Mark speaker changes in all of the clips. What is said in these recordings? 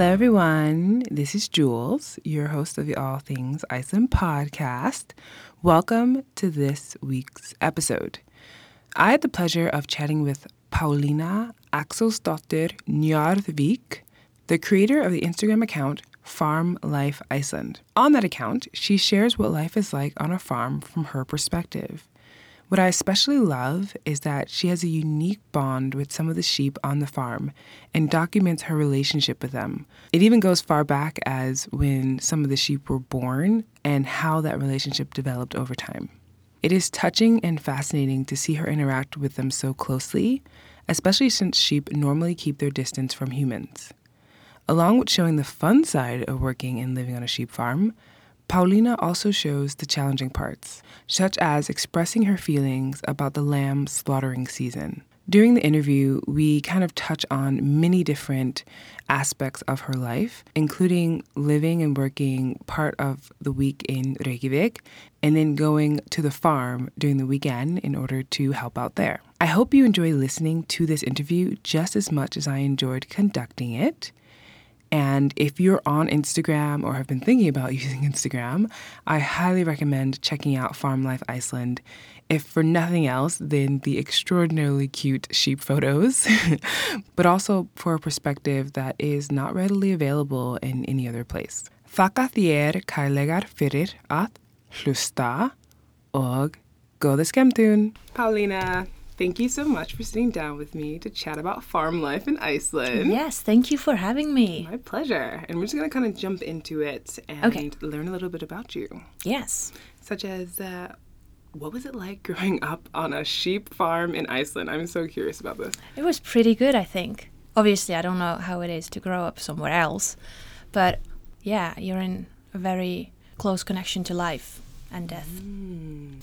Speaker 1: everyone. This is Jules, your host of the All Things Iceland podcast. Welcome to this week's episode. I had the pleasure of chatting with Paulina Axelsdottir Njarðvik, the creator of the Instagram account Farm Life Iceland. On that account, she shares what life is like on a farm from her perspective. What I especially love is that she has a unique bond with some of the sheep on the farm and documents her relationship with them. It even goes far back as when some of the sheep were born and how that relationship developed over time. It is touching and fascinating to see her interact with them so closely, especially since sheep normally keep their distance from humans. Along with showing the fun side of working and living on a sheep farm, Paulina also shows the challenging parts, such as expressing her feelings about the lamb slaughtering season. During the interview, we kind of touch on many different aspects of her life, including living and working part of the week in Reykjavik and then going to the farm during the weekend in order to help out there. I hope you enjoy listening to this interview just as much as I enjoyed conducting it. And if you're on Instagram or have been thinking about using Instagram, I highly recommend checking out Farm Life Iceland. If for nothing else, than the extraordinarily cute sheep photos, but also for a perspective that is not readily available in any other place. Þakka þér kærlegar fyrir að hlusta og góða skemmtun. Paulina, thank you so much for sitting down with me to chat about farm life in Iceland.
Speaker 2: Yes, thank you for having me.
Speaker 1: My pleasure. And we're just going to kind of jump into it and
Speaker 2: Okay.
Speaker 1: learn a little bit about you,
Speaker 2: Yes.
Speaker 1: such as uh, what was it like growing up on a sheep farm in Iceland? I'm so curious about this.
Speaker 2: It was pretty good, I think. Obviously, I don't know how it is to grow up somewhere else, but yeah, you're in a very close connection to life and death.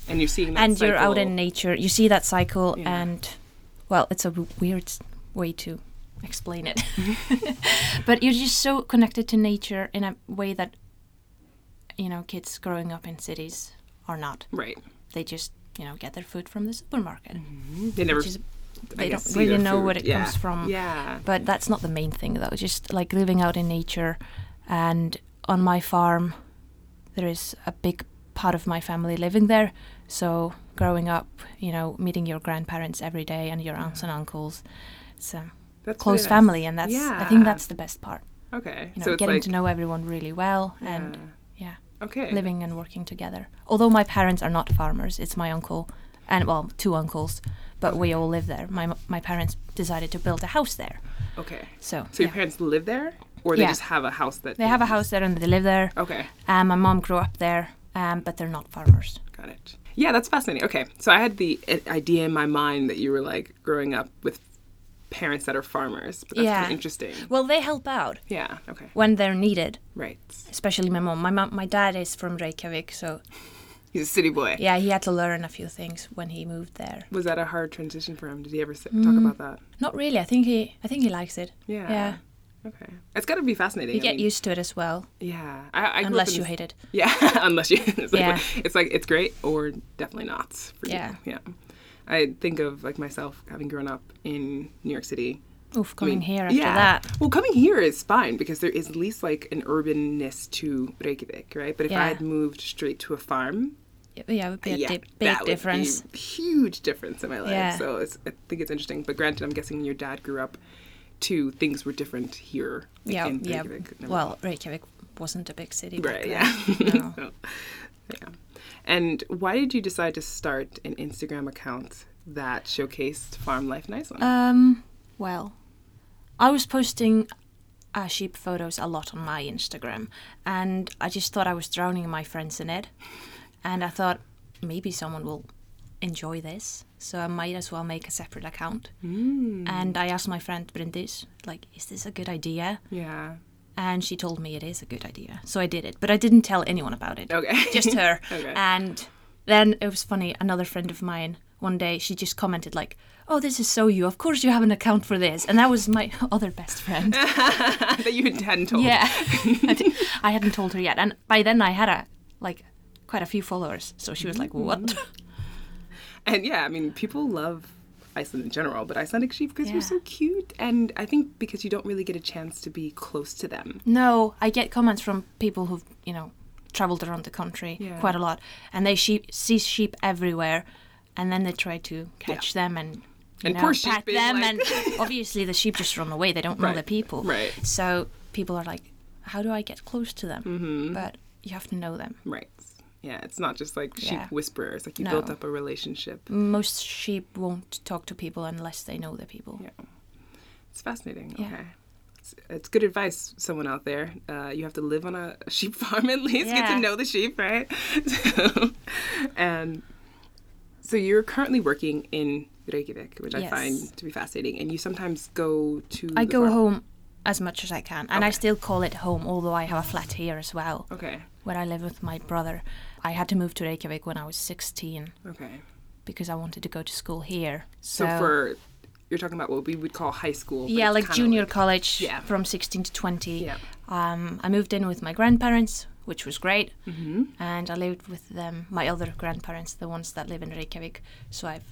Speaker 1: And you're seeing Mm-hmm. that
Speaker 2: and you're out
Speaker 1: cycle-
Speaker 2: in nature. You see that cycle,
Speaker 1: Yeah.
Speaker 2: and well, it's a w- weird s- way to explain it. but you're just so connected to nature in a way that, you know, kids growing up in cities are not.
Speaker 1: right.
Speaker 2: They just, you know, get their food from the supermarket.
Speaker 1: Mm-hmm. They never.
Speaker 2: which is
Speaker 1: I
Speaker 2: they
Speaker 1: guess, see
Speaker 2: don't
Speaker 1: their
Speaker 2: really know
Speaker 1: food.
Speaker 2: where it
Speaker 1: Yeah.
Speaker 2: comes from.
Speaker 1: Yeah.
Speaker 2: But that's not the main thing though. Just like living out in nature, and on my farm, there is a big part of my family living there. So growing up, you know, meeting your grandparents every day and your aunts and uncles, it's a
Speaker 1: That's
Speaker 2: close
Speaker 1: really nice.
Speaker 2: family, and that's I
Speaker 1: Yeah.
Speaker 2: think that's the best part.
Speaker 1: Okay.
Speaker 2: You know,
Speaker 1: so it's
Speaker 2: getting
Speaker 1: like
Speaker 2: to know everyone really well and yeah,
Speaker 1: okay.
Speaker 2: living and working together. Although my parents are not farmers, it's my uncle and well, two uncles, but we all live there. My my parents decided to build a house there.
Speaker 1: Okay.
Speaker 2: So,
Speaker 1: So your
Speaker 2: yeah.
Speaker 1: parents live there, or they
Speaker 2: Yeah.
Speaker 1: just have a house that
Speaker 2: they have a house there and they live there.
Speaker 1: Okay.
Speaker 2: Um, my mom grew up there, um, but they're not farmers.
Speaker 1: Got it. Yeah, that's fascinating. Okay, so I had the i- idea in my mind that you were like growing up with parents that are farmers, but that's kind
Speaker 2: Yeah.
Speaker 1: of interesting.
Speaker 2: Well, they help out
Speaker 1: Yeah. Okay.
Speaker 2: when they're needed,
Speaker 1: Right.
Speaker 2: especially my mom. My mom, my dad is from Reykjavik, so
Speaker 1: He's a city boy.
Speaker 2: yeah, he had to learn a few things when he moved there.
Speaker 1: Was that a hard transition for him? Did he ever sit, talk about that?
Speaker 2: Not really. I think he, I think he likes it.
Speaker 1: Yeah.
Speaker 2: Mm-hmm. yeah.
Speaker 1: Okay. It's got to be fascinating.
Speaker 2: You
Speaker 1: I
Speaker 2: get
Speaker 1: mean,
Speaker 2: used to it as well,
Speaker 1: Yeah. I, I grew up
Speaker 2: unless
Speaker 1: in
Speaker 2: you
Speaker 1: this-
Speaker 2: hate it.
Speaker 1: Yeah, unless you. It's like,
Speaker 2: Yeah.
Speaker 1: it's like it's great or definitely not. For
Speaker 2: Yeah.
Speaker 1: You. Yeah. I think of like myself having grown up in New York City.
Speaker 2: Oof,
Speaker 1: I mean,
Speaker 2: coming here after
Speaker 1: yeah.
Speaker 2: that.
Speaker 1: Well, coming here is fine because there is at least like an urbanness to Reykjavik, right? But if I
Speaker 2: Yeah.
Speaker 1: had moved straight to a farm,
Speaker 2: Y- Yeah, it would be a
Speaker 1: yeah,
Speaker 2: di- big
Speaker 1: that
Speaker 2: difference.
Speaker 1: would be huge difference in my life.
Speaker 2: Yeah.
Speaker 1: So it's, I think it's interesting. But granted, I'm guessing your dad grew up to things were different here.
Speaker 2: yeah,
Speaker 1: in
Speaker 2: yeah.
Speaker 1: Reykjavik. Never-
Speaker 2: Well, Reykjavik wasn't a big city. back
Speaker 1: right,
Speaker 2: then.
Speaker 1: yeah.
Speaker 2: No.
Speaker 1: So, yeah. And why did you decide to start an Instagram account that showcased farm life in Iceland?
Speaker 2: Um, well, I was posting uh, sheep photos a lot on my Instagram, and I just thought I was drowning my friends in it. And I thought maybe someone will enjoy this, so I might as well make a separate account.
Speaker 1: Hmm.
Speaker 2: And I asked my friend Brindis, like, is this a good idea?
Speaker 1: yeah.
Speaker 2: And she told me it is a good idea, so I did it. But I didn't tell anyone about it.
Speaker 1: Okay.
Speaker 2: just her.
Speaker 1: Okay.
Speaker 2: And then it was funny. Another friend of mine one day she just commented like, "Oh, this is so you. Of course you have an account for this." And that was my other best friend.
Speaker 1: that you hadn't told.
Speaker 2: yeah, I, di- I hadn't told her yet, and by then I had a like
Speaker 1: Mm-hmm.
Speaker 2: quite a few followers. So she was like, "What?"
Speaker 1: And yeah, I mean, people love Iceland in general, but Icelandic sheep because
Speaker 2: Yeah.
Speaker 1: they're so cute, and I think because you don't really get a chance to be close to them.
Speaker 2: No, I get comments from people who've, you know, traveled around the country
Speaker 1: Yeah.
Speaker 2: quite a lot and they sheep, see sheep everywhere and then they try to catch them and you
Speaker 1: And
Speaker 2: know,
Speaker 1: poor sheep
Speaker 2: pat
Speaker 1: being
Speaker 2: them
Speaker 1: like-
Speaker 2: and obviously the sheep just run away. They don't know
Speaker 1: Right,
Speaker 2: the people.
Speaker 1: right.
Speaker 2: So people are like, how do I get close to them?
Speaker 1: Mm-hmm.
Speaker 2: But you have to know them.
Speaker 1: Right. Yeah, it's not just like sheep
Speaker 2: Yeah.
Speaker 1: whisperers. Like you built
Speaker 2: No.
Speaker 1: up a relationship.
Speaker 2: Most sheep won't talk to people unless they know the people.
Speaker 1: Yeah. It's fascinating.
Speaker 2: Yeah.
Speaker 1: Okay. It's, it's good advice, someone out there. Uh, you have to live on a sheep farm at least, get
Speaker 2: Yeah.
Speaker 1: to know the sheep, right? So, and so you're currently working in Reykjavik, which I
Speaker 2: Yes.
Speaker 1: find to be fascinating. And you sometimes go to.
Speaker 2: I
Speaker 1: the
Speaker 2: go
Speaker 1: farm.
Speaker 2: home as much as I can and I
Speaker 1: Okay.
Speaker 2: still call it home although I have a flat here as well.
Speaker 1: Okay.
Speaker 2: where I live with my brother. I had to move to Reykjavik when I was 16
Speaker 1: Okay.
Speaker 2: because I wanted to go to school here.
Speaker 1: So, for. You're talking about what we would call high school. but
Speaker 2: yeah,
Speaker 1: it's
Speaker 2: like
Speaker 1: kinda
Speaker 2: junior college
Speaker 1: Yeah.
Speaker 2: from 16 to 20.
Speaker 1: Yeah.
Speaker 2: Um, I moved in with my grandparents, which was great. Mm-hmm. And I lived with them, my other grandparents, the ones that live in Reykjavik. So I've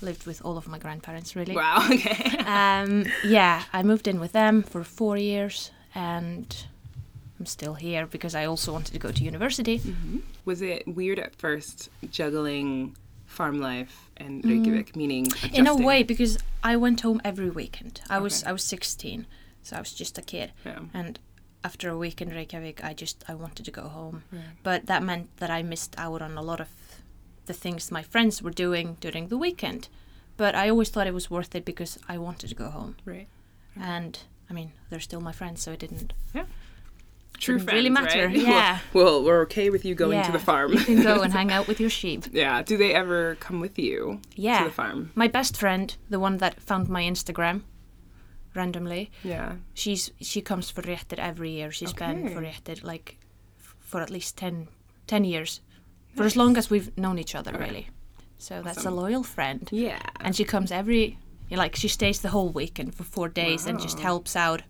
Speaker 2: lived with all of my grandparents, really.
Speaker 1: Wow. Okay.
Speaker 2: Um, yeah, I moved in with them for four years and I'm still here because I also wanted to go to university.
Speaker 1: Was it weird at first juggling farm life and Reykjavik, meaning
Speaker 2: Mm-hmm. in a
Speaker 1: adjusting?
Speaker 2: way because i went home every weekend i was i was 16 so i was just a kid
Speaker 1: Yeah.
Speaker 2: and after a week in reykjavik i just i wanted to go home but that meant that i missed out on a lot of the things my friends were doing during the weekend but i always thought it was worth it because i wanted to go home
Speaker 1: Right.
Speaker 2: and i mean they're still my friends so it didn't
Speaker 1: True
Speaker 2: Didn't really
Speaker 1: friends,
Speaker 2: matter,
Speaker 1: right?
Speaker 2: yeah.
Speaker 1: Well, well, we're okay with you going to
Speaker 2: Yeah,
Speaker 1: the farm.
Speaker 2: you can go and hang out with your sheep
Speaker 1: yeah. Do they ever come with you
Speaker 2: yeah
Speaker 1: to the farm?
Speaker 2: my best friend the one that found my instagram randomly
Speaker 1: Yeah.
Speaker 2: she's she comes for Réttir every year. She's been for
Speaker 1: Okay.
Speaker 2: Réttir like f- for at least 10, 10 years, for as long as we've known each other, really. So that's a
Speaker 1: Awesome.
Speaker 2: loyal friend,
Speaker 1: Yeah.
Speaker 2: and she comes every you know, like she stays the whole weekend for four days and just
Speaker 1: Wow.
Speaker 2: helps out.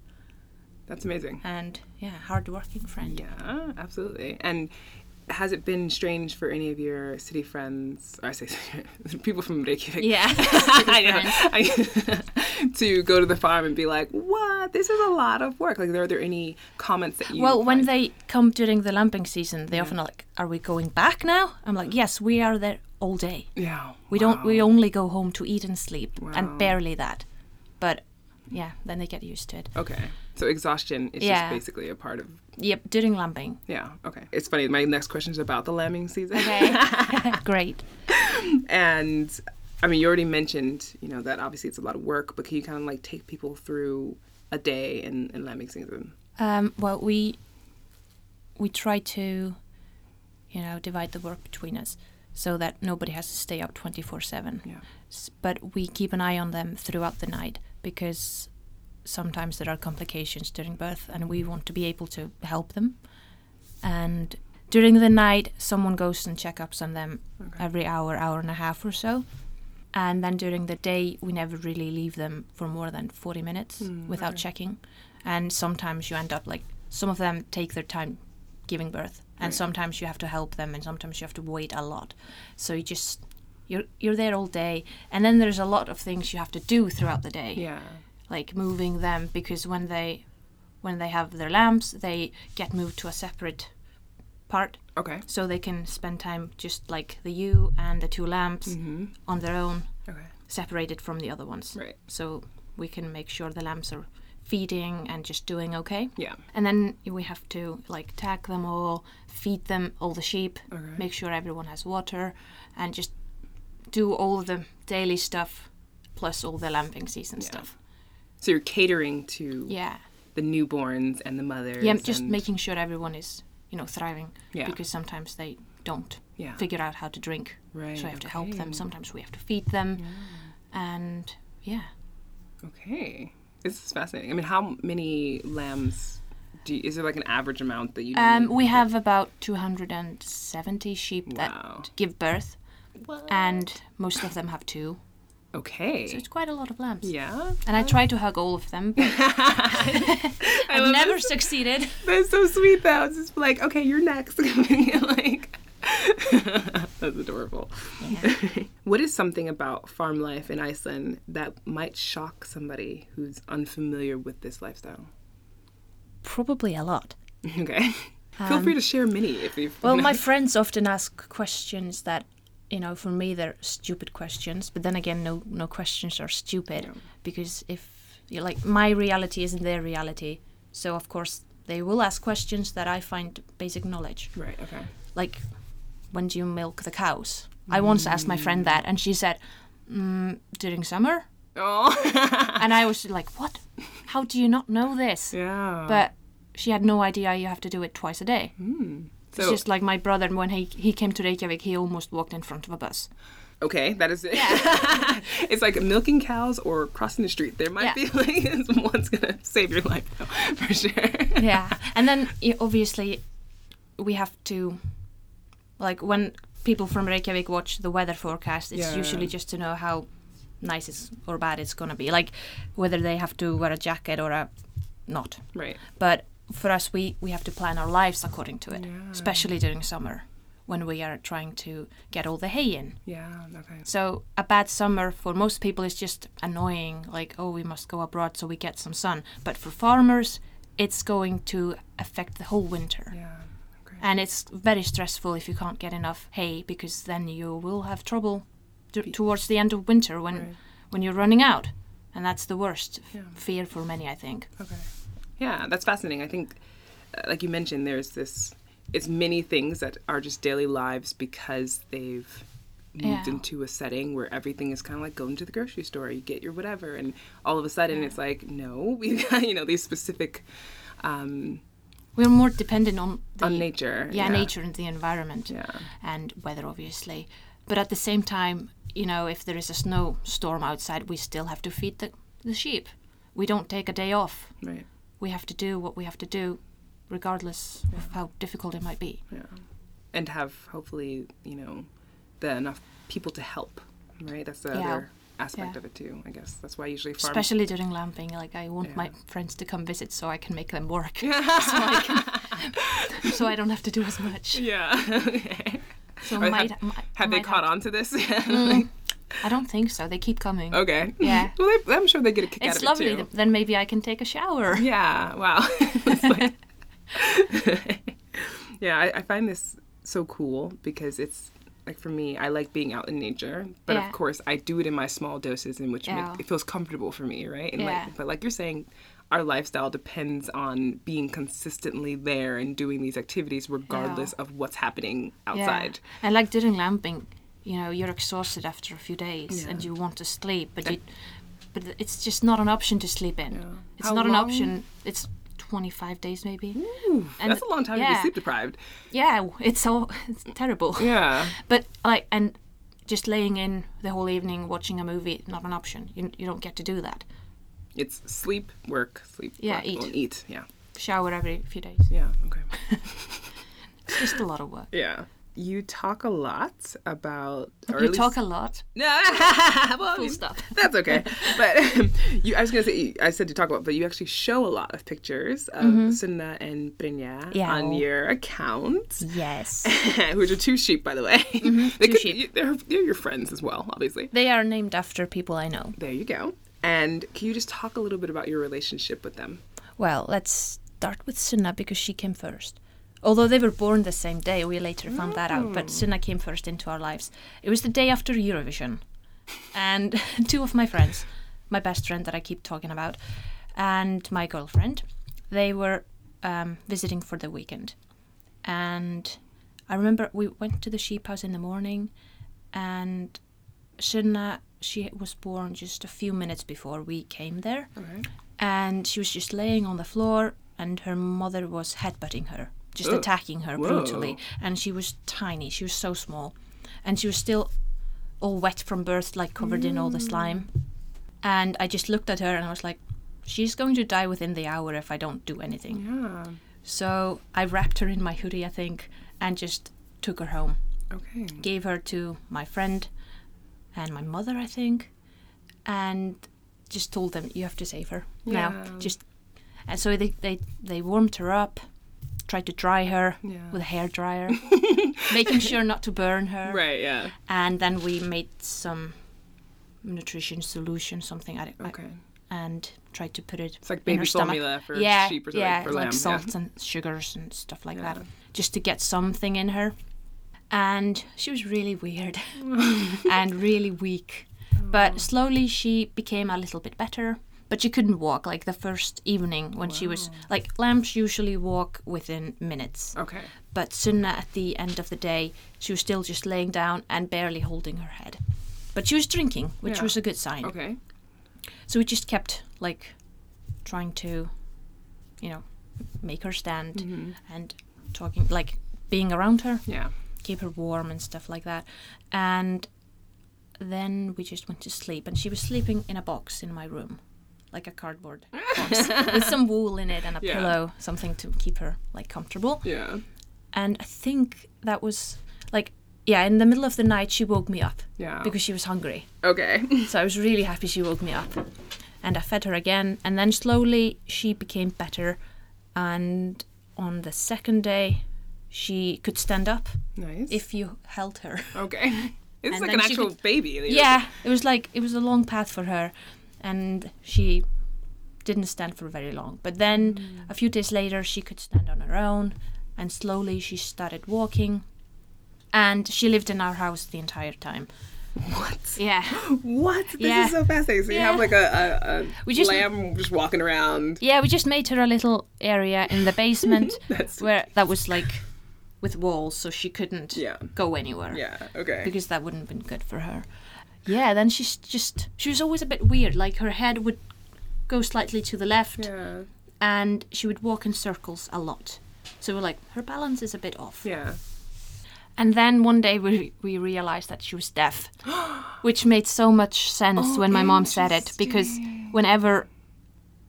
Speaker 1: That's amazing.
Speaker 2: And yeah, hardworking friend.
Speaker 1: Yeah, absolutely. And has it been strange for any of your city friends, or I say people from Reykjavik,
Speaker 2: Yeah,
Speaker 1: I know. I- to go to the farm and be like, "What? This is a lot of work." Like, are there any comments that you?
Speaker 2: Well, when
Speaker 1: find-
Speaker 2: they come during the lamping season, they often are like, "Are we going back now?" I'm
Speaker 1: Mm.
Speaker 2: like, "Yes, we are there all day."
Speaker 1: yeah,
Speaker 2: We don't. We only go home to eat and sleep,
Speaker 1: Wow.
Speaker 2: and barely that. But yeah, then they get used to it.
Speaker 1: okay. So exhaustion is
Speaker 2: Yeah.
Speaker 1: just basically a part of.
Speaker 2: Yep, during lambing.
Speaker 1: Yeah. Okay. It's funny. My next question is about the lambing season,
Speaker 2: Great.
Speaker 1: and I mean, you already mentioned, you know, that obviously it's a lot of work, but can you kind of like take people through a day in, in lambing season?
Speaker 2: Um, well, we we try to, you know, divide the work between us so that nobody has to stay up twenty four seven.
Speaker 1: Yeah.
Speaker 2: But we keep an eye on them throughout the night because sometimes there are complications during birth, and we want to be able to help them. And during the night, someone goes and checkups on them every hour, hour and a half or so. And then during the day, we never really leave them for more than 40 minutes without checking. And sometimes you end up like, some of them take their time giving birth, and sometimes you have to help them, and sometimes you have to wait a lot. So you just, you're, you're there all day. And then there's a lot of things you have to do throughout the day
Speaker 1: Yeah.
Speaker 2: like moving them because when they when they have their lambs they get moved to a separate part
Speaker 1: Okay.
Speaker 2: so they can spend time just like the ewe and the two lambs on their own
Speaker 1: Okay.
Speaker 2: separated from the other ones
Speaker 1: Mm-hmm. Right.
Speaker 2: so we can make sure the lambs are feeding and just doing okay
Speaker 1: Yeah.
Speaker 2: and then we have to like tag them all feed them all the sheep
Speaker 1: Okay.
Speaker 2: make sure everyone has water and just do all the daily stuff plus all the lambing season stuff
Speaker 1: So you're catering to
Speaker 2: yeah
Speaker 1: the newborns and the mothers.
Speaker 2: Yeah, just
Speaker 1: and-
Speaker 2: making sure everyone is, you know, thriving.
Speaker 1: Yeah.
Speaker 2: Because sometimes they don't
Speaker 1: Yeah.
Speaker 2: figure out how to drink.
Speaker 1: Right,
Speaker 2: So I have to help
Speaker 1: okay.
Speaker 2: them. Sometimes we have to feed them. And yeah.
Speaker 1: Okay. This is fascinating. I mean, how many lambs do you, is there like an average amount that you
Speaker 2: Um,
Speaker 1: need?
Speaker 2: we have about 270 sheep
Speaker 1: Wow.
Speaker 2: that give birth. And most of them have two. So
Speaker 1: Okay.
Speaker 2: it's quite a lot of lambs.
Speaker 1: Yeah.
Speaker 2: And I try to hug all of them, but I've
Speaker 1: love
Speaker 2: never
Speaker 1: this.
Speaker 2: succeeded.
Speaker 1: That's so sweet though. It's just like, okay, you're next. like That's adorable. what is something about farm life in Iceland that might shock somebody who's unfamiliar with this lifestyle?
Speaker 2: Probably a lot.
Speaker 1: Okay. Feel free to share many if you've.
Speaker 2: Um, Well, my friends often ask questions that, you know, for me they're stupid questions. But then again, no, no questions are stupid because if you like, my reality isn't their reality. So of course they will ask questions that I find basic knowledge,
Speaker 1: Right, okay.
Speaker 2: like, when do you milk the cows? I once asked my friend that, and she said, mm, during summer.
Speaker 1: Oh.
Speaker 2: And I was like, what? How do you not know this?
Speaker 1: yeah.
Speaker 2: But she had no idea you have to do it twice a day. It's
Speaker 1: So-
Speaker 2: just like my brother, when he, he came to Reykjavik, he almost walked in front of a bus.
Speaker 1: Okay, that is it. it's like milking cows or crossing the street. There might
Speaker 2: Yeah.
Speaker 1: be like one's gonna save your life though, for sure.
Speaker 2: Yeah. and then y- obviously, we have to, like, when people from Reykjavik watch the weather forecast, it's
Speaker 1: Yeah.
Speaker 2: usually just to know how nice it's or bad it's going to be. Like, whether they have to wear a jacket or a not.
Speaker 1: Right.
Speaker 2: But for us, we, we have to plan our lives according to it, especially during summer when we are trying to get all the hay in.
Speaker 1: Yeah. Okay.
Speaker 2: So a bad summer for most people is just annoying, like, oh, we must go abroad so we get some sun. But for farmers, it's going to affect the whole winter.
Speaker 1: Yeah. Okay.
Speaker 2: And it's very stressful if you can't get enough hay because then you will have trouble t- towards the end of winter when,
Speaker 1: Right.
Speaker 2: when you're running out. And that's the worst f-
Speaker 1: Yeah.
Speaker 2: fear for many, I think.
Speaker 1: Okay. Yeah, that's fascinating. I think, uh, like you mentioned, there's this. It's many things that are just daily lives because they've moved
Speaker 2: Yeah.
Speaker 1: into a setting where everything is kind of like going to the grocery store. You get your whatever, and all of a sudden it's like, no, we've got you know these specific um,
Speaker 2: We're more dependent on the
Speaker 1: on nature.
Speaker 2: yeah, nature and the environment
Speaker 1: Yeah.
Speaker 2: and weather obviously but at the same time you know if there is a snowstorm outside we still have to feed the, the sheep we don't take a day off
Speaker 1: Right.
Speaker 2: we have to do what we have to do regardless of how difficult it might be
Speaker 1: Yeah. And have hopefully, you know, the enough people to help, right? That's the
Speaker 2: Yeah.
Speaker 1: other aspect
Speaker 2: Yeah.
Speaker 1: of it too, I guess. That's why usually farm
Speaker 2: especially during lamping like i want my
Speaker 1: Yeah.
Speaker 2: friends to come visit so i can make them work so, I can, so i don't have to do as much
Speaker 1: Yeah. Okay.
Speaker 2: so
Speaker 1: Or
Speaker 2: might,
Speaker 1: have,
Speaker 2: might-
Speaker 1: have they
Speaker 2: might
Speaker 1: caught on to this?
Speaker 2: i don't think so they keep coming
Speaker 1: okay.
Speaker 2: Yeah.
Speaker 1: Well, they, I'm sure they get a kick out
Speaker 2: it's
Speaker 1: of
Speaker 2: lovely
Speaker 1: it too.
Speaker 2: th- then maybe i can take a shower
Speaker 1: Yeah. Wow. It's like- yeah, I, I find this so cool because it's like for me, I like being out in nature, but
Speaker 2: Yeah.
Speaker 1: of course, I do it in my small doses, in which
Speaker 2: Yeah.
Speaker 1: make, it feels comfortable for me, right? And
Speaker 2: Yeah.
Speaker 1: like, but like you're saying, our lifestyle depends on being consistently there and doing these activities regardless of what's happening outside.
Speaker 2: Yeah. And like during lamping, you know, you're exhausted after a few days and you want to sleep, but you, but it's just not an option to sleep in. It's
Speaker 1: How
Speaker 2: not an
Speaker 1: long?
Speaker 2: option. It's 25 days maybe.
Speaker 1: Ooh,
Speaker 2: And-
Speaker 1: that's a long time to be
Speaker 2: yeah.
Speaker 1: sleep deprived.
Speaker 2: Yeah, w- it's so it's terrible.
Speaker 1: Yeah.
Speaker 2: But like and just laying in the whole evening watching a movie not an option. You you don't get to do that.
Speaker 1: It's sleep, work, sleep,
Speaker 2: Yeah,
Speaker 1: work,
Speaker 2: eat.
Speaker 1: well, eat. Yeah.
Speaker 2: Shower every few days.
Speaker 1: Yeah. Okay.
Speaker 2: It's just a lot of work.
Speaker 1: Yeah. You talk a lot about. Or
Speaker 2: you
Speaker 1: at least-
Speaker 2: talk a lot.
Speaker 1: No, well, I mean,
Speaker 2: stop.
Speaker 1: That's okay. But you, I was gonna say, I said to talk about, but you actually show a lot of pictures of Sunna and Brynja
Speaker 2: Mm-hmm. Yeah. Oh.
Speaker 1: on your account,
Speaker 2: Yes.
Speaker 1: which are two sheep, by the way. they
Speaker 2: Mm-hmm. two
Speaker 1: could,
Speaker 2: sheep.
Speaker 1: you- They're, they're your friends as well, obviously.
Speaker 2: They are named after people I know.
Speaker 1: There you go. And can you just talk a little bit about your relationship with them?
Speaker 2: Well, let's start with Sunna because she came first. Although they were born the same day, we later found that out, but Sunna came first into our lives. It was the day after Eurovision. And two of my friends, my best friend that I keep talking about, and my girlfriend, they were um, visiting for the weekend. And I remember we went to the sheep house in the morning, and Sunna, she was born just a few minutes before we came there
Speaker 1: Okay.
Speaker 2: and she was just laying on the floor and her mother was headbutting her just
Speaker 1: Ugh.
Speaker 2: attacking her
Speaker 1: Whoa.
Speaker 2: brutally and she was tiny she was so small and she was still all wet from birth like covered in all the slime
Speaker 1: Mm.
Speaker 2: and i just looked at her and i was like she's going to die within the hour if i don't do anything
Speaker 1: Yeah.
Speaker 2: so i wrapped her in my hoodie i think and just took her home
Speaker 1: Okay.
Speaker 2: gave her to my friend and my mother, I think, and just told them, "You have to save her now."
Speaker 1: Yeah.
Speaker 2: Just and so they they they warmed her up, tried to dry her
Speaker 1: Yeah.
Speaker 2: with a hair dryer, making sure not to burn her.
Speaker 1: Right, yeah.
Speaker 2: And then we made some nutrition solution, something. I, I-
Speaker 1: Okay.
Speaker 2: and tried to put it.
Speaker 1: It's like
Speaker 2: in
Speaker 1: baby
Speaker 2: her stomach.
Speaker 1: formula for
Speaker 2: yeah,
Speaker 1: sheep or like
Speaker 2: yeah,
Speaker 1: for
Speaker 2: like
Speaker 1: lamb.
Speaker 2: salts and sugars and stuff like
Speaker 1: Yeah.
Speaker 2: that, just to get something in her. And she was really weird and really weak,
Speaker 1: Oh.
Speaker 2: but slowly she became a little bit better. But she couldn't walk. Like the first evening when she was like lambs usually walk within minutes,
Speaker 1: yeah. Okay.
Speaker 2: but Sunna at the end of the day she was still just laying down and barely holding her head. But she was drinking, which
Speaker 1: Yeah.
Speaker 2: was a good sign.
Speaker 1: Okay.
Speaker 2: So we just kept like trying to, you know, make her stand
Speaker 1: Mm-hmm.
Speaker 2: and talking, like being around her,
Speaker 1: Yeah.
Speaker 2: keep her warm and stuff like that. And then we just went to sleep, and she was sleeping in a box in my room, like a cardboard box with some wool in it and a
Speaker 1: Yeah.
Speaker 2: pillow, something to keep her like comfortable.
Speaker 1: Yeah.
Speaker 2: And I think that was like, yeah, in the middle of the night, she woke me up
Speaker 1: Yeah.
Speaker 2: because she was hungry.
Speaker 1: okay.
Speaker 2: So I was really happy she woke me up. And I fed her again. And then slowly she became better. And on the second day, she could stand up
Speaker 1: nice.
Speaker 2: if you held her.
Speaker 1: okay. It's
Speaker 2: And
Speaker 1: like
Speaker 2: then
Speaker 1: an
Speaker 2: she
Speaker 1: actual baby. that you're-
Speaker 2: yeah, it was like, it was a long path for her. And she didn't stand for very long. But then a few days later, she could stand on her own. And slowly she started walking. And she lived in our house the entire time.
Speaker 1: What?
Speaker 2: Yeah.
Speaker 1: What? This
Speaker 2: Yeah.
Speaker 1: is so fascinating. So you have
Speaker 2: Yeah.
Speaker 1: like a, a, a
Speaker 2: We just-
Speaker 1: lamb just walking around.
Speaker 2: Yeah, we just made her a little area in the basement
Speaker 1: That's so
Speaker 2: where that was like with walls, so she couldn't
Speaker 1: Yeah.
Speaker 2: go anywhere
Speaker 1: Yeah. Okay.
Speaker 2: because that wouldn't have been good for her. Yeah, then she's just she was always a bit weird. Like her head would go slightly to the left,
Speaker 1: yeah.
Speaker 2: and she would walk in circles a lot. So we're like, her balance is a bit off.
Speaker 1: Yeah.
Speaker 2: And then one day we we realized that she was deaf, which made so much sense when my mom said it because whenever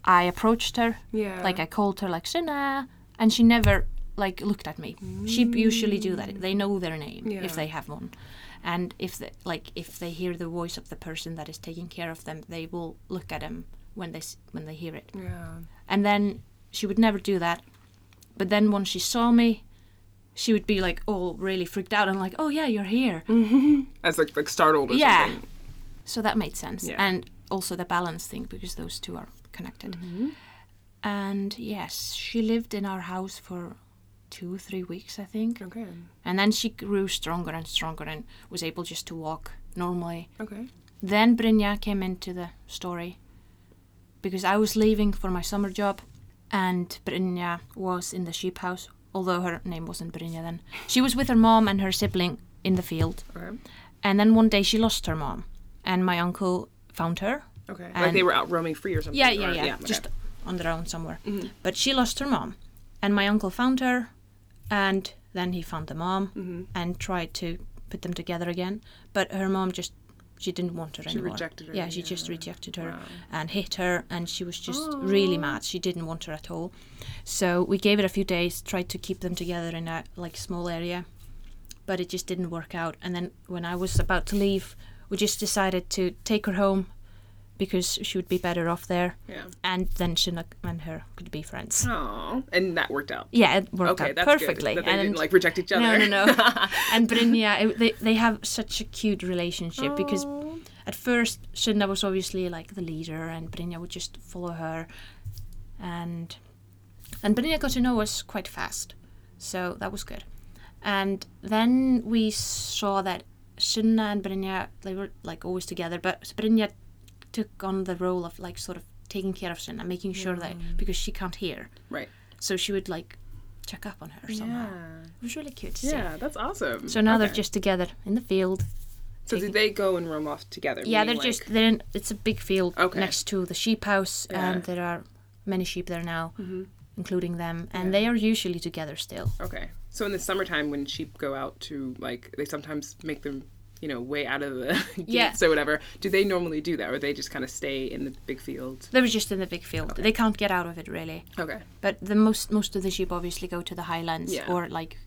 Speaker 2: I approached her,
Speaker 1: Yeah.
Speaker 2: like I called her like Sina, and she never like looked at me. Sheep usually do that. They know their name
Speaker 1: Yeah.
Speaker 2: if they have one, and if the, like if they hear the voice of the person that is taking care of them, they will look at them when they s- when they hear it.
Speaker 1: Yeah.
Speaker 2: And then she would never do that. But then once she saw me, she would be like all really freaked out and like, "Oh yeah, you're here."
Speaker 1: As like like startled or
Speaker 2: Yeah.
Speaker 1: Mm, something.
Speaker 2: So that made sense.
Speaker 1: Yeah.
Speaker 2: And also the balance thing because those two are connected.
Speaker 1: Mm-hmm.
Speaker 2: And yes, she lived in our house for 2 3 weeks, I think.
Speaker 1: Okay.
Speaker 2: And then she grew stronger and stronger and was able just to walk normally.
Speaker 1: Okay.
Speaker 2: Then Brynja came into the story because I was leaving for my summer job and Brynja was in the sheep house, although her name wasn't Brynja then. She was with her mom and her sibling in the field.
Speaker 1: Okay.
Speaker 2: And then one day she lost her mom and my uncle found her.
Speaker 1: Okay. like
Speaker 2: And-
Speaker 1: they were out roaming free or something.
Speaker 2: Yeah, yeah,
Speaker 1: or-
Speaker 2: yeah.
Speaker 1: okay. Mm-hmm.
Speaker 2: Just on their own somewhere. But she lost her mom and my uncle found her and then he found the mom
Speaker 1: Mm-hmm.
Speaker 2: and tried to put them together again, but her mom just she didn't want her anymore.
Speaker 1: rejected her,
Speaker 2: Yeah, she just rejected her and hit her, and she was just really mad. She didn't want her at all. So we gave it a few days, tried to keep them together in a like small area, but it just didn't work out. And then when I was about to leave, we just decided to take her home because she would be better off there,
Speaker 1: Yeah.
Speaker 2: and then Shinnok and her could be friends.
Speaker 1: Oh, and that worked out.
Speaker 2: Yeah, it worked
Speaker 1: Okay,
Speaker 2: out
Speaker 1: that's
Speaker 2: perfectly.
Speaker 1: good. That they
Speaker 2: and
Speaker 1: didn't like reject each other.
Speaker 2: no, no, no. and Brynja, it- they, they have such a cute relationship because at first Shinda was obviously like the leader and Brynja would just follow her. And and Brynja got to know us quite fast. So that was good. And then we saw that Shinna and Brynja, they were like always together, but Brynja took on the role of like sort of taking care of Shinna, making sure
Speaker 1: Mm.
Speaker 2: that because she can't hear.
Speaker 1: Right.
Speaker 2: So she would like check up on her somehow. It was really cute to see.
Speaker 1: Yeah, that's awesome.
Speaker 2: So now
Speaker 1: Okay.
Speaker 2: they're just together in the field.
Speaker 1: So did they go and roam off together?
Speaker 2: Yeah, they're
Speaker 1: meaning, like-
Speaker 2: just they're in. It's a big field
Speaker 1: Okay.
Speaker 2: next to the sheep house, and
Speaker 1: Yeah. Mm-hmm.
Speaker 2: there are many sheep there now, including them, and they are usually together still.
Speaker 1: Okay. So in the summertime, when sheep go out to like, they sometimes make them, you know, way out of the
Speaker 2: Yeah.
Speaker 1: gates or whatever. Do they normally do that, or they just kind of stay in the big field?
Speaker 2: They were just in the big field. They can't get out of it really.
Speaker 1: Okay.
Speaker 2: But the most most of the sheep obviously go to the highlands
Speaker 1: Yeah.
Speaker 2: or like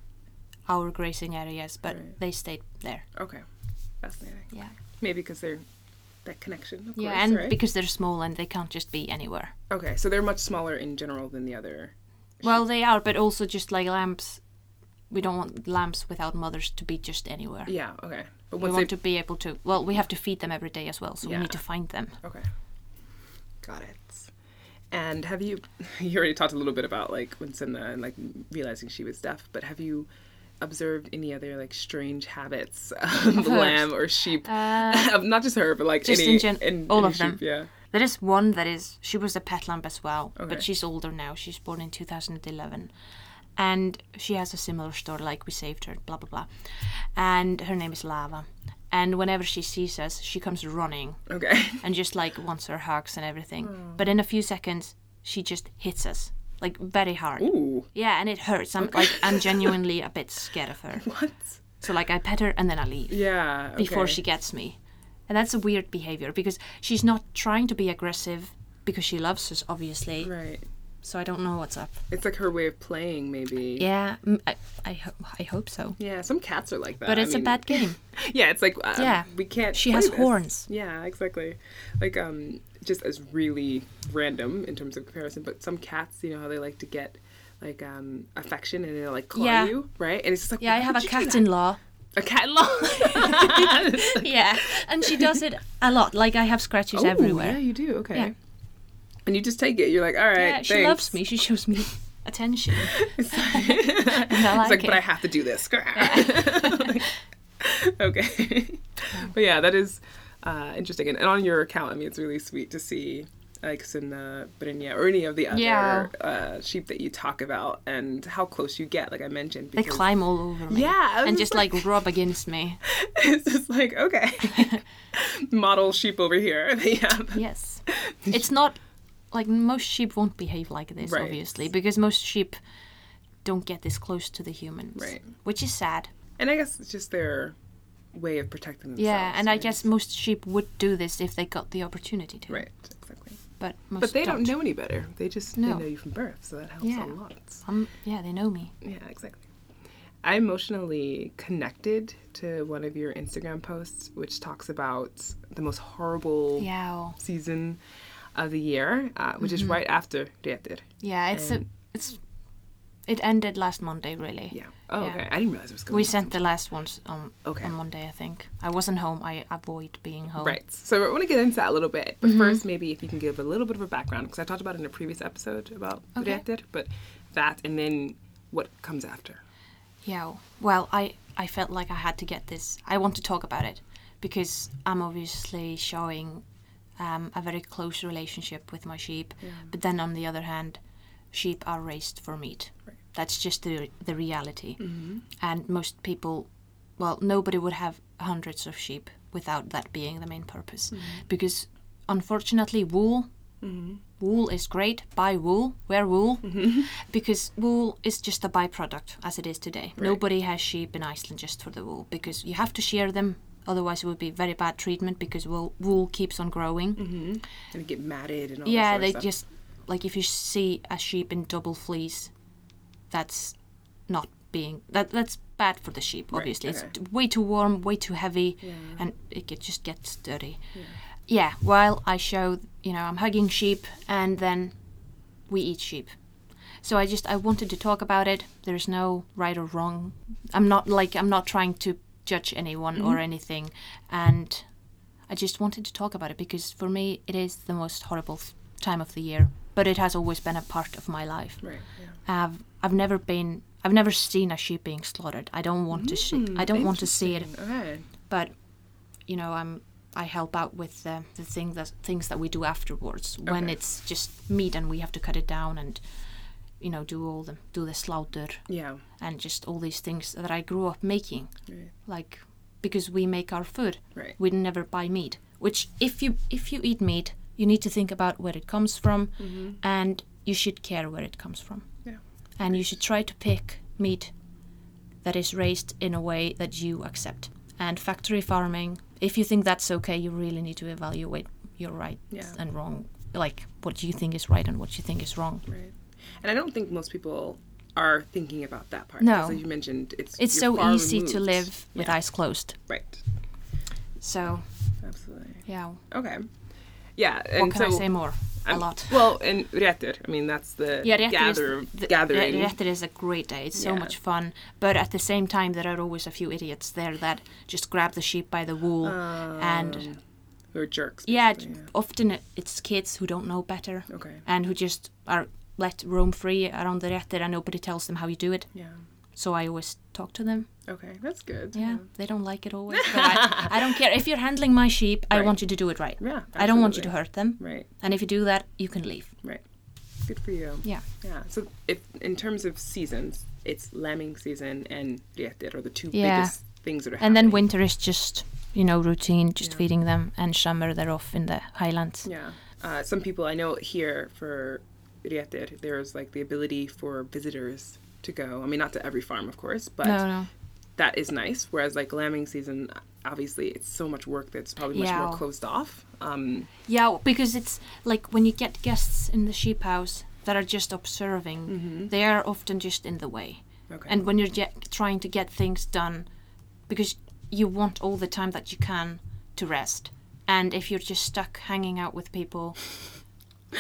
Speaker 2: our grazing areas, but they stayed there.
Speaker 1: Okay. Fascinating.
Speaker 2: Yeah.
Speaker 1: Maybe because they're that connection. Of
Speaker 2: Yeah,
Speaker 1: course,
Speaker 2: and
Speaker 1: right?
Speaker 2: because they're small and they can't just be anywhere.
Speaker 1: okay. So they're much smaller in general than the other.
Speaker 2: Well, they are, but also just like lamps, we don't want lamps without mothers to be just anywhere.
Speaker 1: Yeah, okay. But
Speaker 2: We
Speaker 1: once they
Speaker 2: want to be able to. Well, we have to feed them every day as well, so
Speaker 1: Yeah.
Speaker 2: we need to find them.
Speaker 1: Okay. Got it. And have you you already talked a little bit about like Winsimna and like realizing she was deaf, but have you observed any other like strange habits of
Speaker 2: hers.
Speaker 1: lamb or sheep?
Speaker 2: Uh,
Speaker 1: Of Not just her, but like
Speaker 2: Just
Speaker 1: any
Speaker 2: in gen- all
Speaker 1: any
Speaker 2: of them.
Speaker 1: sheep, Yeah.
Speaker 2: There is one that is she was a pet lamp as well,
Speaker 1: Okay.
Speaker 2: but she's older now. She's born in 2011, and she has a similar story. Like we saved her, blah blah blah, and her name is Lava. And whenever she sees us, she comes running
Speaker 1: Okay.
Speaker 2: and just like wants her hugs and everything.
Speaker 1: Hmm.
Speaker 2: But in a few seconds, she just hits us like very hard.
Speaker 1: Ooh.
Speaker 2: Yeah, and it hurts. I'm like I'm genuinely a bit scared of her.
Speaker 1: What?
Speaker 2: So like I pet her and then I leave
Speaker 1: Yeah.
Speaker 2: before
Speaker 1: okay.
Speaker 2: she gets me. And that's a weird behavior because she's not trying to be aggressive because she loves us, obviously.
Speaker 1: Right.
Speaker 2: So I don't know what's up.
Speaker 1: It's like her way of playing, maybe.
Speaker 2: Yeah, mm, I, I, ho- I hope so.
Speaker 1: Yeah, some cats are like that.
Speaker 2: But
Speaker 1: I
Speaker 2: it's
Speaker 1: mean-
Speaker 2: a bad game.
Speaker 1: Yeah, it's like um,
Speaker 2: Yeah.
Speaker 1: we can't.
Speaker 2: She
Speaker 1: play
Speaker 2: has
Speaker 1: this.
Speaker 2: horns.
Speaker 1: Yeah, exactly. Like um, just as really random in terms of comparison, but some cats, you know how they like to get like um affection and they'll like claw
Speaker 2: Yeah.
Speaker 1: you, right? And it's just like
Speaker 2: Yeah, I
Speaker 1: why
Speaker 2: have a
Speaker 1: would you do
Speaker 2: cat
Speaker 1: that?
Speaker 2: in law.
Speaker 1: a cat in law.
Speaker 2: yeah, and she does it a lot. Like I have scratches
Speaker 1: Oh,
Speaker 2: everywhere.
Speaker 1: Yeah, you do. Okay.
Speaker 2: Yeah.
Speaker 1: And you just take it. You're like, all right,
Speaker 2: Yeah,
Speaker 1: thanks.
Speaker 2: she loves me. She shows me attention.
Speaker 1: It's like,
Speaker 2: And I
Speaker 1: it's
Speaker 2: like
Speaker 1: like, but
Speaker 2: it.
Speaker 1: I have to do this. okay. but yeah, that is uh, interesting. And, and on your account, I mean, it's really sweet to see like Sinna, Brinya, or any of the other
Speaker 2: Yeah.
Speaker 1: uh, sheep that you talk about and how close you get, like I mentioned.
Speaker 2: They
Speaker 1: Because
Speaker 2: climb all over me.
Speaker 1: Yeah, I was
Speaker 2: and
Speaker 1: just
Speaker 2: just like rub against me.
Speaker 1: it's just like, okay, model sheep over here. yeah.
Speaker 2: Yes. It's not like most sheep won't behave like this,
Speaker 1: Right.
Speaker 2: obviously, because most sheep don't get this close to the humans,
Speaker 1: Right.
Speaker 2: which is sad.
Speaker 1: And I guess it's just their way of protecting themselves.
Speaker 2: yeah, and I
Speaker 1: right?
Speaker 2: guess most sheep would do this if they got the opportunity to.
Speaker 1: Right, exactly.
Speaker 2: But most
Speaker 1: But they don't know any better. They just
Speaker 2: No.
Speaker 1: they know you from birth, so that helps
Speaker 2: Yeah.
Speaker 1: a lot.
Speaker 2: Um, yeah, they know me.
Speaker 1: Yeah, exactly. I emotionally connected to one of your Instagram posts, which talks about the most horrible
Speaker 2: Yeah. Mm-hmm. oh.
Speaker 1: season of the year, uh, which is right after Rietir.
Speaker 2: Yeah, it's a, it's it ended last Monday, really.
Speaker 1: Um. Yeah. Oh,
Speaker 2: Yeah.
Speaker 1: okay. I didn't realize it was going
Speaker 2: We
Speaker 1: on.
Speaker 2: sent the last ones on,
Speaker 1: Okay.
Speaker 2: on Monday, I think. I wasn't home. I avoid being home.
Speaker 1: Right. So I want to get into that a little bit,
Speaker 2: Mm-hmm.
Speaker 1: but first, maybe if you can give a little bit of a background, because I talked about it in a previous episode about
Speaker 2: Okay.
Speaker 1: Rietir, but that and then what comes after.
Speaker 2: Yeah. Well, I I felt like I had to get this. I want to talk about it because I'm obviously showing um, a very close relationship with my sheep, but then on the other hand, sheep are raised for meat.
Speaker 1: Right.
Speaker 2: That's just the the reality. And most people, well, nobody would have hundreds of sheep without that being the main purpose, because unfortunately, wool wool is great. Buy wool, wear wool, because wool is just a byproduct as it is today. Nobody has sheep in Iceland just for the wool because you have to shear them. Otherwise, it would be very bad treatment because wool, wool keeps on growing.
Speaker 1: And get matted and all that
Speaker 2: Yeah,
Speaker 1: sort of
Speaker 2: they
Speaker 1: stuff.
Speaker 2: just like if you see a sheep in double fleece, that's not being that that's bad for the sheep. Obviously,
Speaker 1: okay.
Speaker 2: it's t- way too warm, way too heavy, and it get, just gets dirty. Yeah. while I show, you know, I'm hugging sheep, and then we eat sheep. So I just I wanted to talk about it. There's no right or wrong. I'm not like I'm not trying to judge anyone or anything, and I just wanted to talk about it because for me it is the most horrible th- time of the year, but it has always been a part of my life.
Speaker 1: Right. Yeah.
Speaker 2: I've I've never been I've never seen a sheep being slaughtered. I don't want to see I don't want to see it,
Speaker 1: All right.
Speaker 2: but you know I'm I help out with the the thing that things that we do afterwards when
Speaker 1: Okay.
Speaker 2: it's just meat and we have to cut it down and you know do all the do the slaughter
Speaker 1: Yeah.
Speaker 2: and just all these things that I grew up making
Speaker 1: Right.
Speaker 2: like because we make our food
Speaker 1: Right.
Speaker 2: we never buy meat which if you if you eat meat you need to think about where it comes from and you should care where it comes from
Speaker 1: Mm-hmm. Yeah.
Speaker 2: and you should try to pick meat that is raised in a way that you accept and factory farming if you think that's okay you really need to evaluate your right
Speaker 1: Yeah.
Speaker 2: and wrong like what you think is right and what you think is wrong
Speaker 1: Right. And I don't think most people are thinking about that part.
Speaker 2: No.
Speaker 1: As you mentioned, it's
Speaker 2: it's
Speaker 1: you're
Speaker 2: so
Speaker 1: far
Speaker 2: easy to
Speaker 1: removed.
Speaker 2: live with eyes closed
Speaker 1: Right.
Speaker 2: so
Speaker 1: Absolutely.
Speaker 2: yeah what
Speaker 1: Okay. Yeah. And
Speaker 2: can
Speaker 1: so
Speaker 2: i say more a lot.
Speaker 1: Well, and Rätter, I mean, that's the
Speaker 2: Yeah, Rätter
Speaker 1: gather,
Speaker 2: is, the,
Speaker 1: gathering.
Speaker 2: Rä- Rätter is a great day. It's so
Speaker 1: Yeah.
Speaker 2: much fun. But at the same time, there are always a few idiots there that just grab the sheep by the wool.
Speaker 1: Ah,
Speaker 2: and
Speaker 1: Or jerks.
Speaker 2: yeah,
Speaker 1: basically,
Speaker 2: often it- it's kids who don't know better
Speaker 1: yeah. Okay.
Speaker 2: and who just are let roam free around the Rätter and nobody tells them how you do it.
Speaker 1: Yeah.
Speaker 2: So I always talk to them.
Speaker 1: Okay, that's good.
Speaker 2: Yeah, they don't like it always. but I, I don't care. If you're handling my sheep, I
Speaker 1: Right.
Speaker 2: want you to do it right.
Speaker 1: Yeah,
Speaker 2: I don't want you to
Speaker 1: absolutely.
Speaker 2: hurt them.
Speaker 1: Right,
Speaker 2: And if you do that, you can leave.
Speaker 1: right. Good for you.
Speaker 2: Yeah.
Speaker 1: Yeah. So, if in terms of seasons, it's lambing season and Rieter are the two
Speaker 2: Yeah.
Speaker 1: biggest things that are
Speaker 2: And then
Speaker 1: happening.
Speaker 2: winter is just, you know, routine, just
Speaker 1: Yeah.
Speaker 2: feeding them. And summer, they're off in the highlands.
Speaker 1: Yeah. Uh, some people I know here for Rieter, there's like the ability for visitors to go. I mean, not to every farm, of course, but
Speaker 2: No, no.
Speaker 1: that is nice. Whereas like lambing season, obviously, it's so much work that's probably much
Speaker 2: Yeah.
Speaker 1: more closed off. Um,
Speaker 2: Yeah, w- because it's like when you get guests in the sheep house that are just observing, they are often just in the way.
Speaker 1: Mm-hmm. okay.
Speaker 2: And when you're ge- trying to get things done, because you want all the time that you can to rest. And if you're just stuck hanging out with people,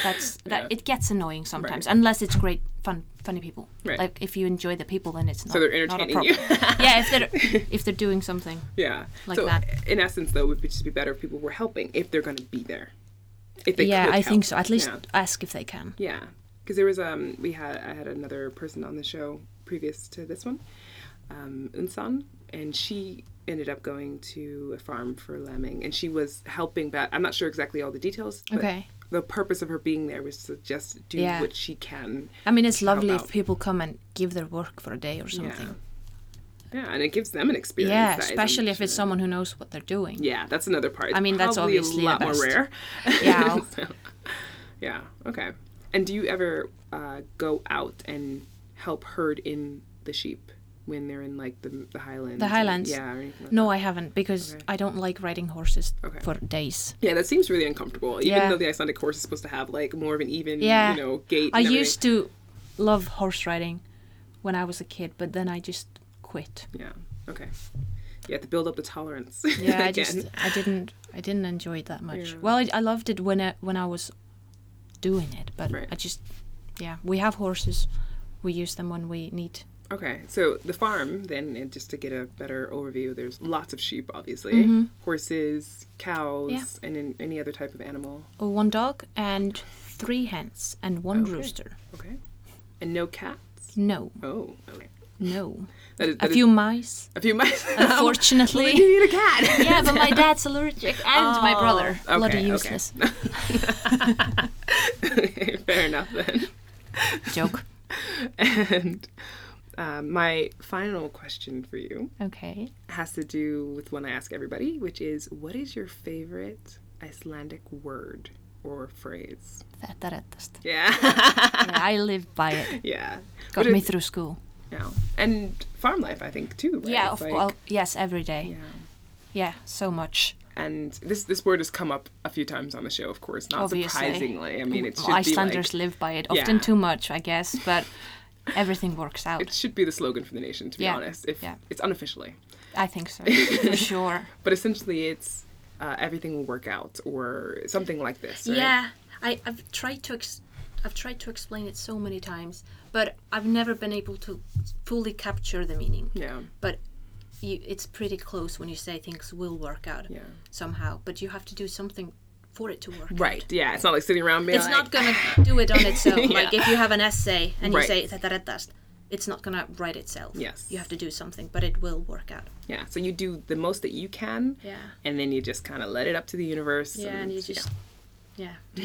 Speaker 2: that's that
Speaker 1: Yeah.
Speaker 2: it gets annoying sometimes. Unless it's great fun, funny people.
Speaker 1: Right.
Speaker 2: Like if you enjoy the people, then it's not.
Speaker 1: so they're
Speaker 2: not a
Speaker 1: entertaining
Speaker 2: problem.
Speaker 1: you.
Speaker 2: yeah, if they're if they're doing something.
Speaker 1: yeah.
Speaker 2: Like
Speaker 1: so
Speaker 2: that.
Speaker 1: in essence, though, it would be- just be better if people were helping if they're going to be there. If they
Speaker 2: yeah,
Speaker 1: could
Speaker 2: I
Speaker 1: help.
Speaker 2: think so. At least
Speaker 1: Yeah.
Speaker 2: ask if they can.
Speaker 1: Yeah, because there was um we had I had another person on the show previous to this one, um, Unsan, and she ended up going to a farm for lambing, and she was helping. But I'm not sure exactly all the details. But
Speaker 2: Okay.
Speaker 1: The purpose of her being there was to just do
Speaker 2: Yeah.
Speaker 1: what she can.
Speaker 2: I mean, it's lovely
Speaker 1: about-
Speaker 2: if people come and give their work for a day or something.
Speaker 1: Yeah. Yeah, and it gives them an
Speaker 2: Yeah,
Speaker 1: experience. that is, I'm
Speaker 2: especially if it's
Speaker 1: sure.
Speaker 2: someone who knows what they're doing.
Speaker 1: Yeah, that's another part.
Speaker 2: I mean, that's
Speaker 1: Probably
Speaker 2: obviously
Speaker 1: a lot
Speaker 2: the
Speaker 1: more
Speaker 2: best.
Speaker 1: rare.
Speaker 2: Yeah.
Speaker 1: So, yeah. Okay. And do you ever uh, go out and help herd in the sheep when they're in like the, the highlands?
Speaker 2: The
Speaker 1: and-
Speaker 2: highlands?
Speaker 1: yeah. Or anything like
Speaker 2: No, I haven't because
Speaker 1: Okay.
Speaker 2: I don't like riding horses
Speaker 1: Okay.
Speaker 2: for days.
Speaker 1: that? Yeah, that seems really uncomfortable. Even
Speaker 2: Yeah.
Speaker 1: though the Icelandic horse is supposed to have like more of an even,
Speaker 2: Yeah.
Speaker 1: you know, gait.
Speaker 2: I
Speaker 1: and everything.
Speaker 2: used to love horse riding when I was a kid, but then I just quit.
Speaker 1: Yeah. Okay. You have to build up the tolerance.
Speaker 2: Yeah, I
Speaker 1: again.
Speaker 2: just I didn't I didn't enjoy it that much.
Speaker 1: Yeah.
Speaker 2: Well, I, I loved it when I, when I was doing it, but
Speaker 1: Right.
Speaker 2: I just yeah, we have horses. We use them when we need.
Speaker 1: Okay, so the farm, then, and just to get a better overview, there's lots of sheep, obviously, horses, cows,
Speaker 2: Mm-hmm. Yeah.
Speaker 1: and in, any other type of animal.
Speaker 2: Oh, one dog and three hens and one rooster.
Speaker 1: Okay, and no cats.
Speaker 2: No,
Speaker 1: Oh, okay.
Speaker 2: no.
Speaker 1: That is,
Speaker 2: A
Speaker 1: that is-
Speaker 2: few mice,
Speaker 1: a few mice. Well,
Speaker 2: unfortunately.
Speaker 1: you need a cat.
Speaker 2: yeah, but my dad's allergic and my brother.
Speaker 1: okay,
Speaker 2: Bloody
Speaker 1: okay.
Speaker 2: useless.
Speaker 1: Fair enough then.
Speaker 2: Joke.
Speaker 1: And um, my final question for you
Speaker 2: Okay.
Speaker 1: has to do with one I ask everybody, which is, what is your favorite Icelandic word or phrase?
Speaker 2: That, that, that's
Speaker 1: Yeah.
Speaker 2: yeah, I live by it.
Speaker 1: Yeah.
Speaker 2: Got
Speaker 1: But it-
Speaker 2: me through school.
Speaker 1: No. And farm life, I think, too. right?
Speaker 2: Yeah,
Speaker 1: It's
Speaker 2: of
Speaker 1: like-
Speaker 2: course. yes, every day.
Speaker 1: Yeah.
Speaker 2: Yeah, so much.
Speaker 1: And this this word has come up a few times on the show, of course, not
Speaker 2: Obviously.
Speaker 1: surprisingly. I mean, it should
Speaker 2: Icelanders
Speaker 1: be
Speaker 2: live by it.
Speaker 1: Yeah.
Speaker 2: Often too much, I guess, but everything works out.
Speaker 1: like, it should be the slogan for the nation, to be
Speaker 2: Yeah,
Speaker 1: honest. If
Speaker 2: yeah.
Speaker 1: it's unofficially,
Speaker 2: I think so, for sure.
Speaker 1: but essentially, it's uh, everything will work out or something like this. Right?
Speaker 2: Yeah, I, I've tried to ex- I've tried to explain it so many times, but I've never been able to fully capture the meaning.
Speaker 1: Yeah.
Speaker 2: But you, it's pretty close when you say things will work out
Speaker 1: Yeah.
Speaker 2: somehow, but you have to do something for it to work.
Speaker 1: Right. Yeah. It's not like sitting around being
Speaker 2: It's
Speaker 1: like,
Speaker 2: not gonna do it on its own.
Speaker 1: Yeah.
Speaker 2: Like if you have an essay and you
Speaker 1: Right.
Speaker 2: say that that does, it's not gonna write itself.
Speaker 1: Yes.
Speaker 2: you have to do something, but it will work out.
Speaker 1: Yeah. So you do the most that you can.
Speaker 2: Yeah.
Speaker 1: And then you just kind of let it up to the universe.
Speaker 2: Yeah, and you just yeah,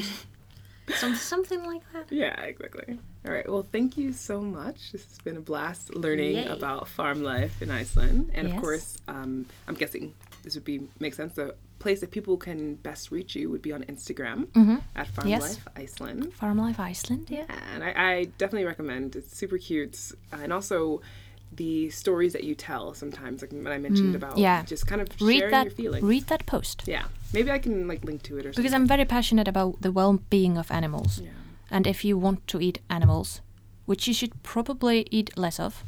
Speaker 2: just some something like that.
Speaker 1: Yeah, exactly. All right. Well, thank you so much. This has been a blast learning
Speaker 2: Yay.
Speaker 1: about farm life in Iceland, and
Speaker 2: Yes.
Speaker 1: of course, um, I'm guessing this would be make sense. The place that people can best reach you would be on Instagram at Farm
Speaker 2: Mm-hmm. Yes.
Speaker 1: Life Iceland.
Speaker 2: Farm Life Iceland, yeah.
Speaker 1: And I, I definitely recommend. It's super cute, uh, and also the stories that you tell sometimes, like what I mentioned about,
Speaker 2: Mm, yeah.
Speaker 1: just kind of
Speaker 2: read
Speaker 1: sharing
Speaker 2: that
Speaker 1: your feelings.
Speaker 2: read that post
Speaker 1: yeah, maybe I can like link to it or something.
Speaker 2: because I'm very passionate about the well-being of animals.
Speaker 1: Yeah.
Speaker 2: And if you want to eat animals, which you should probably eat less of,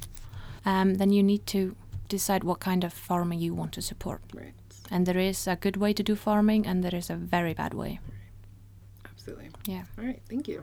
Speaker 2: um, then you need to decide what kind of farming you want to support.
Speaker 1: Right.
Speaker 2: And there is a good way to do farming, and there is a very bad way.
Speaker 1: Absolutely.
Speaker 2: Yeah.
Speaker 1: All right. Thank you.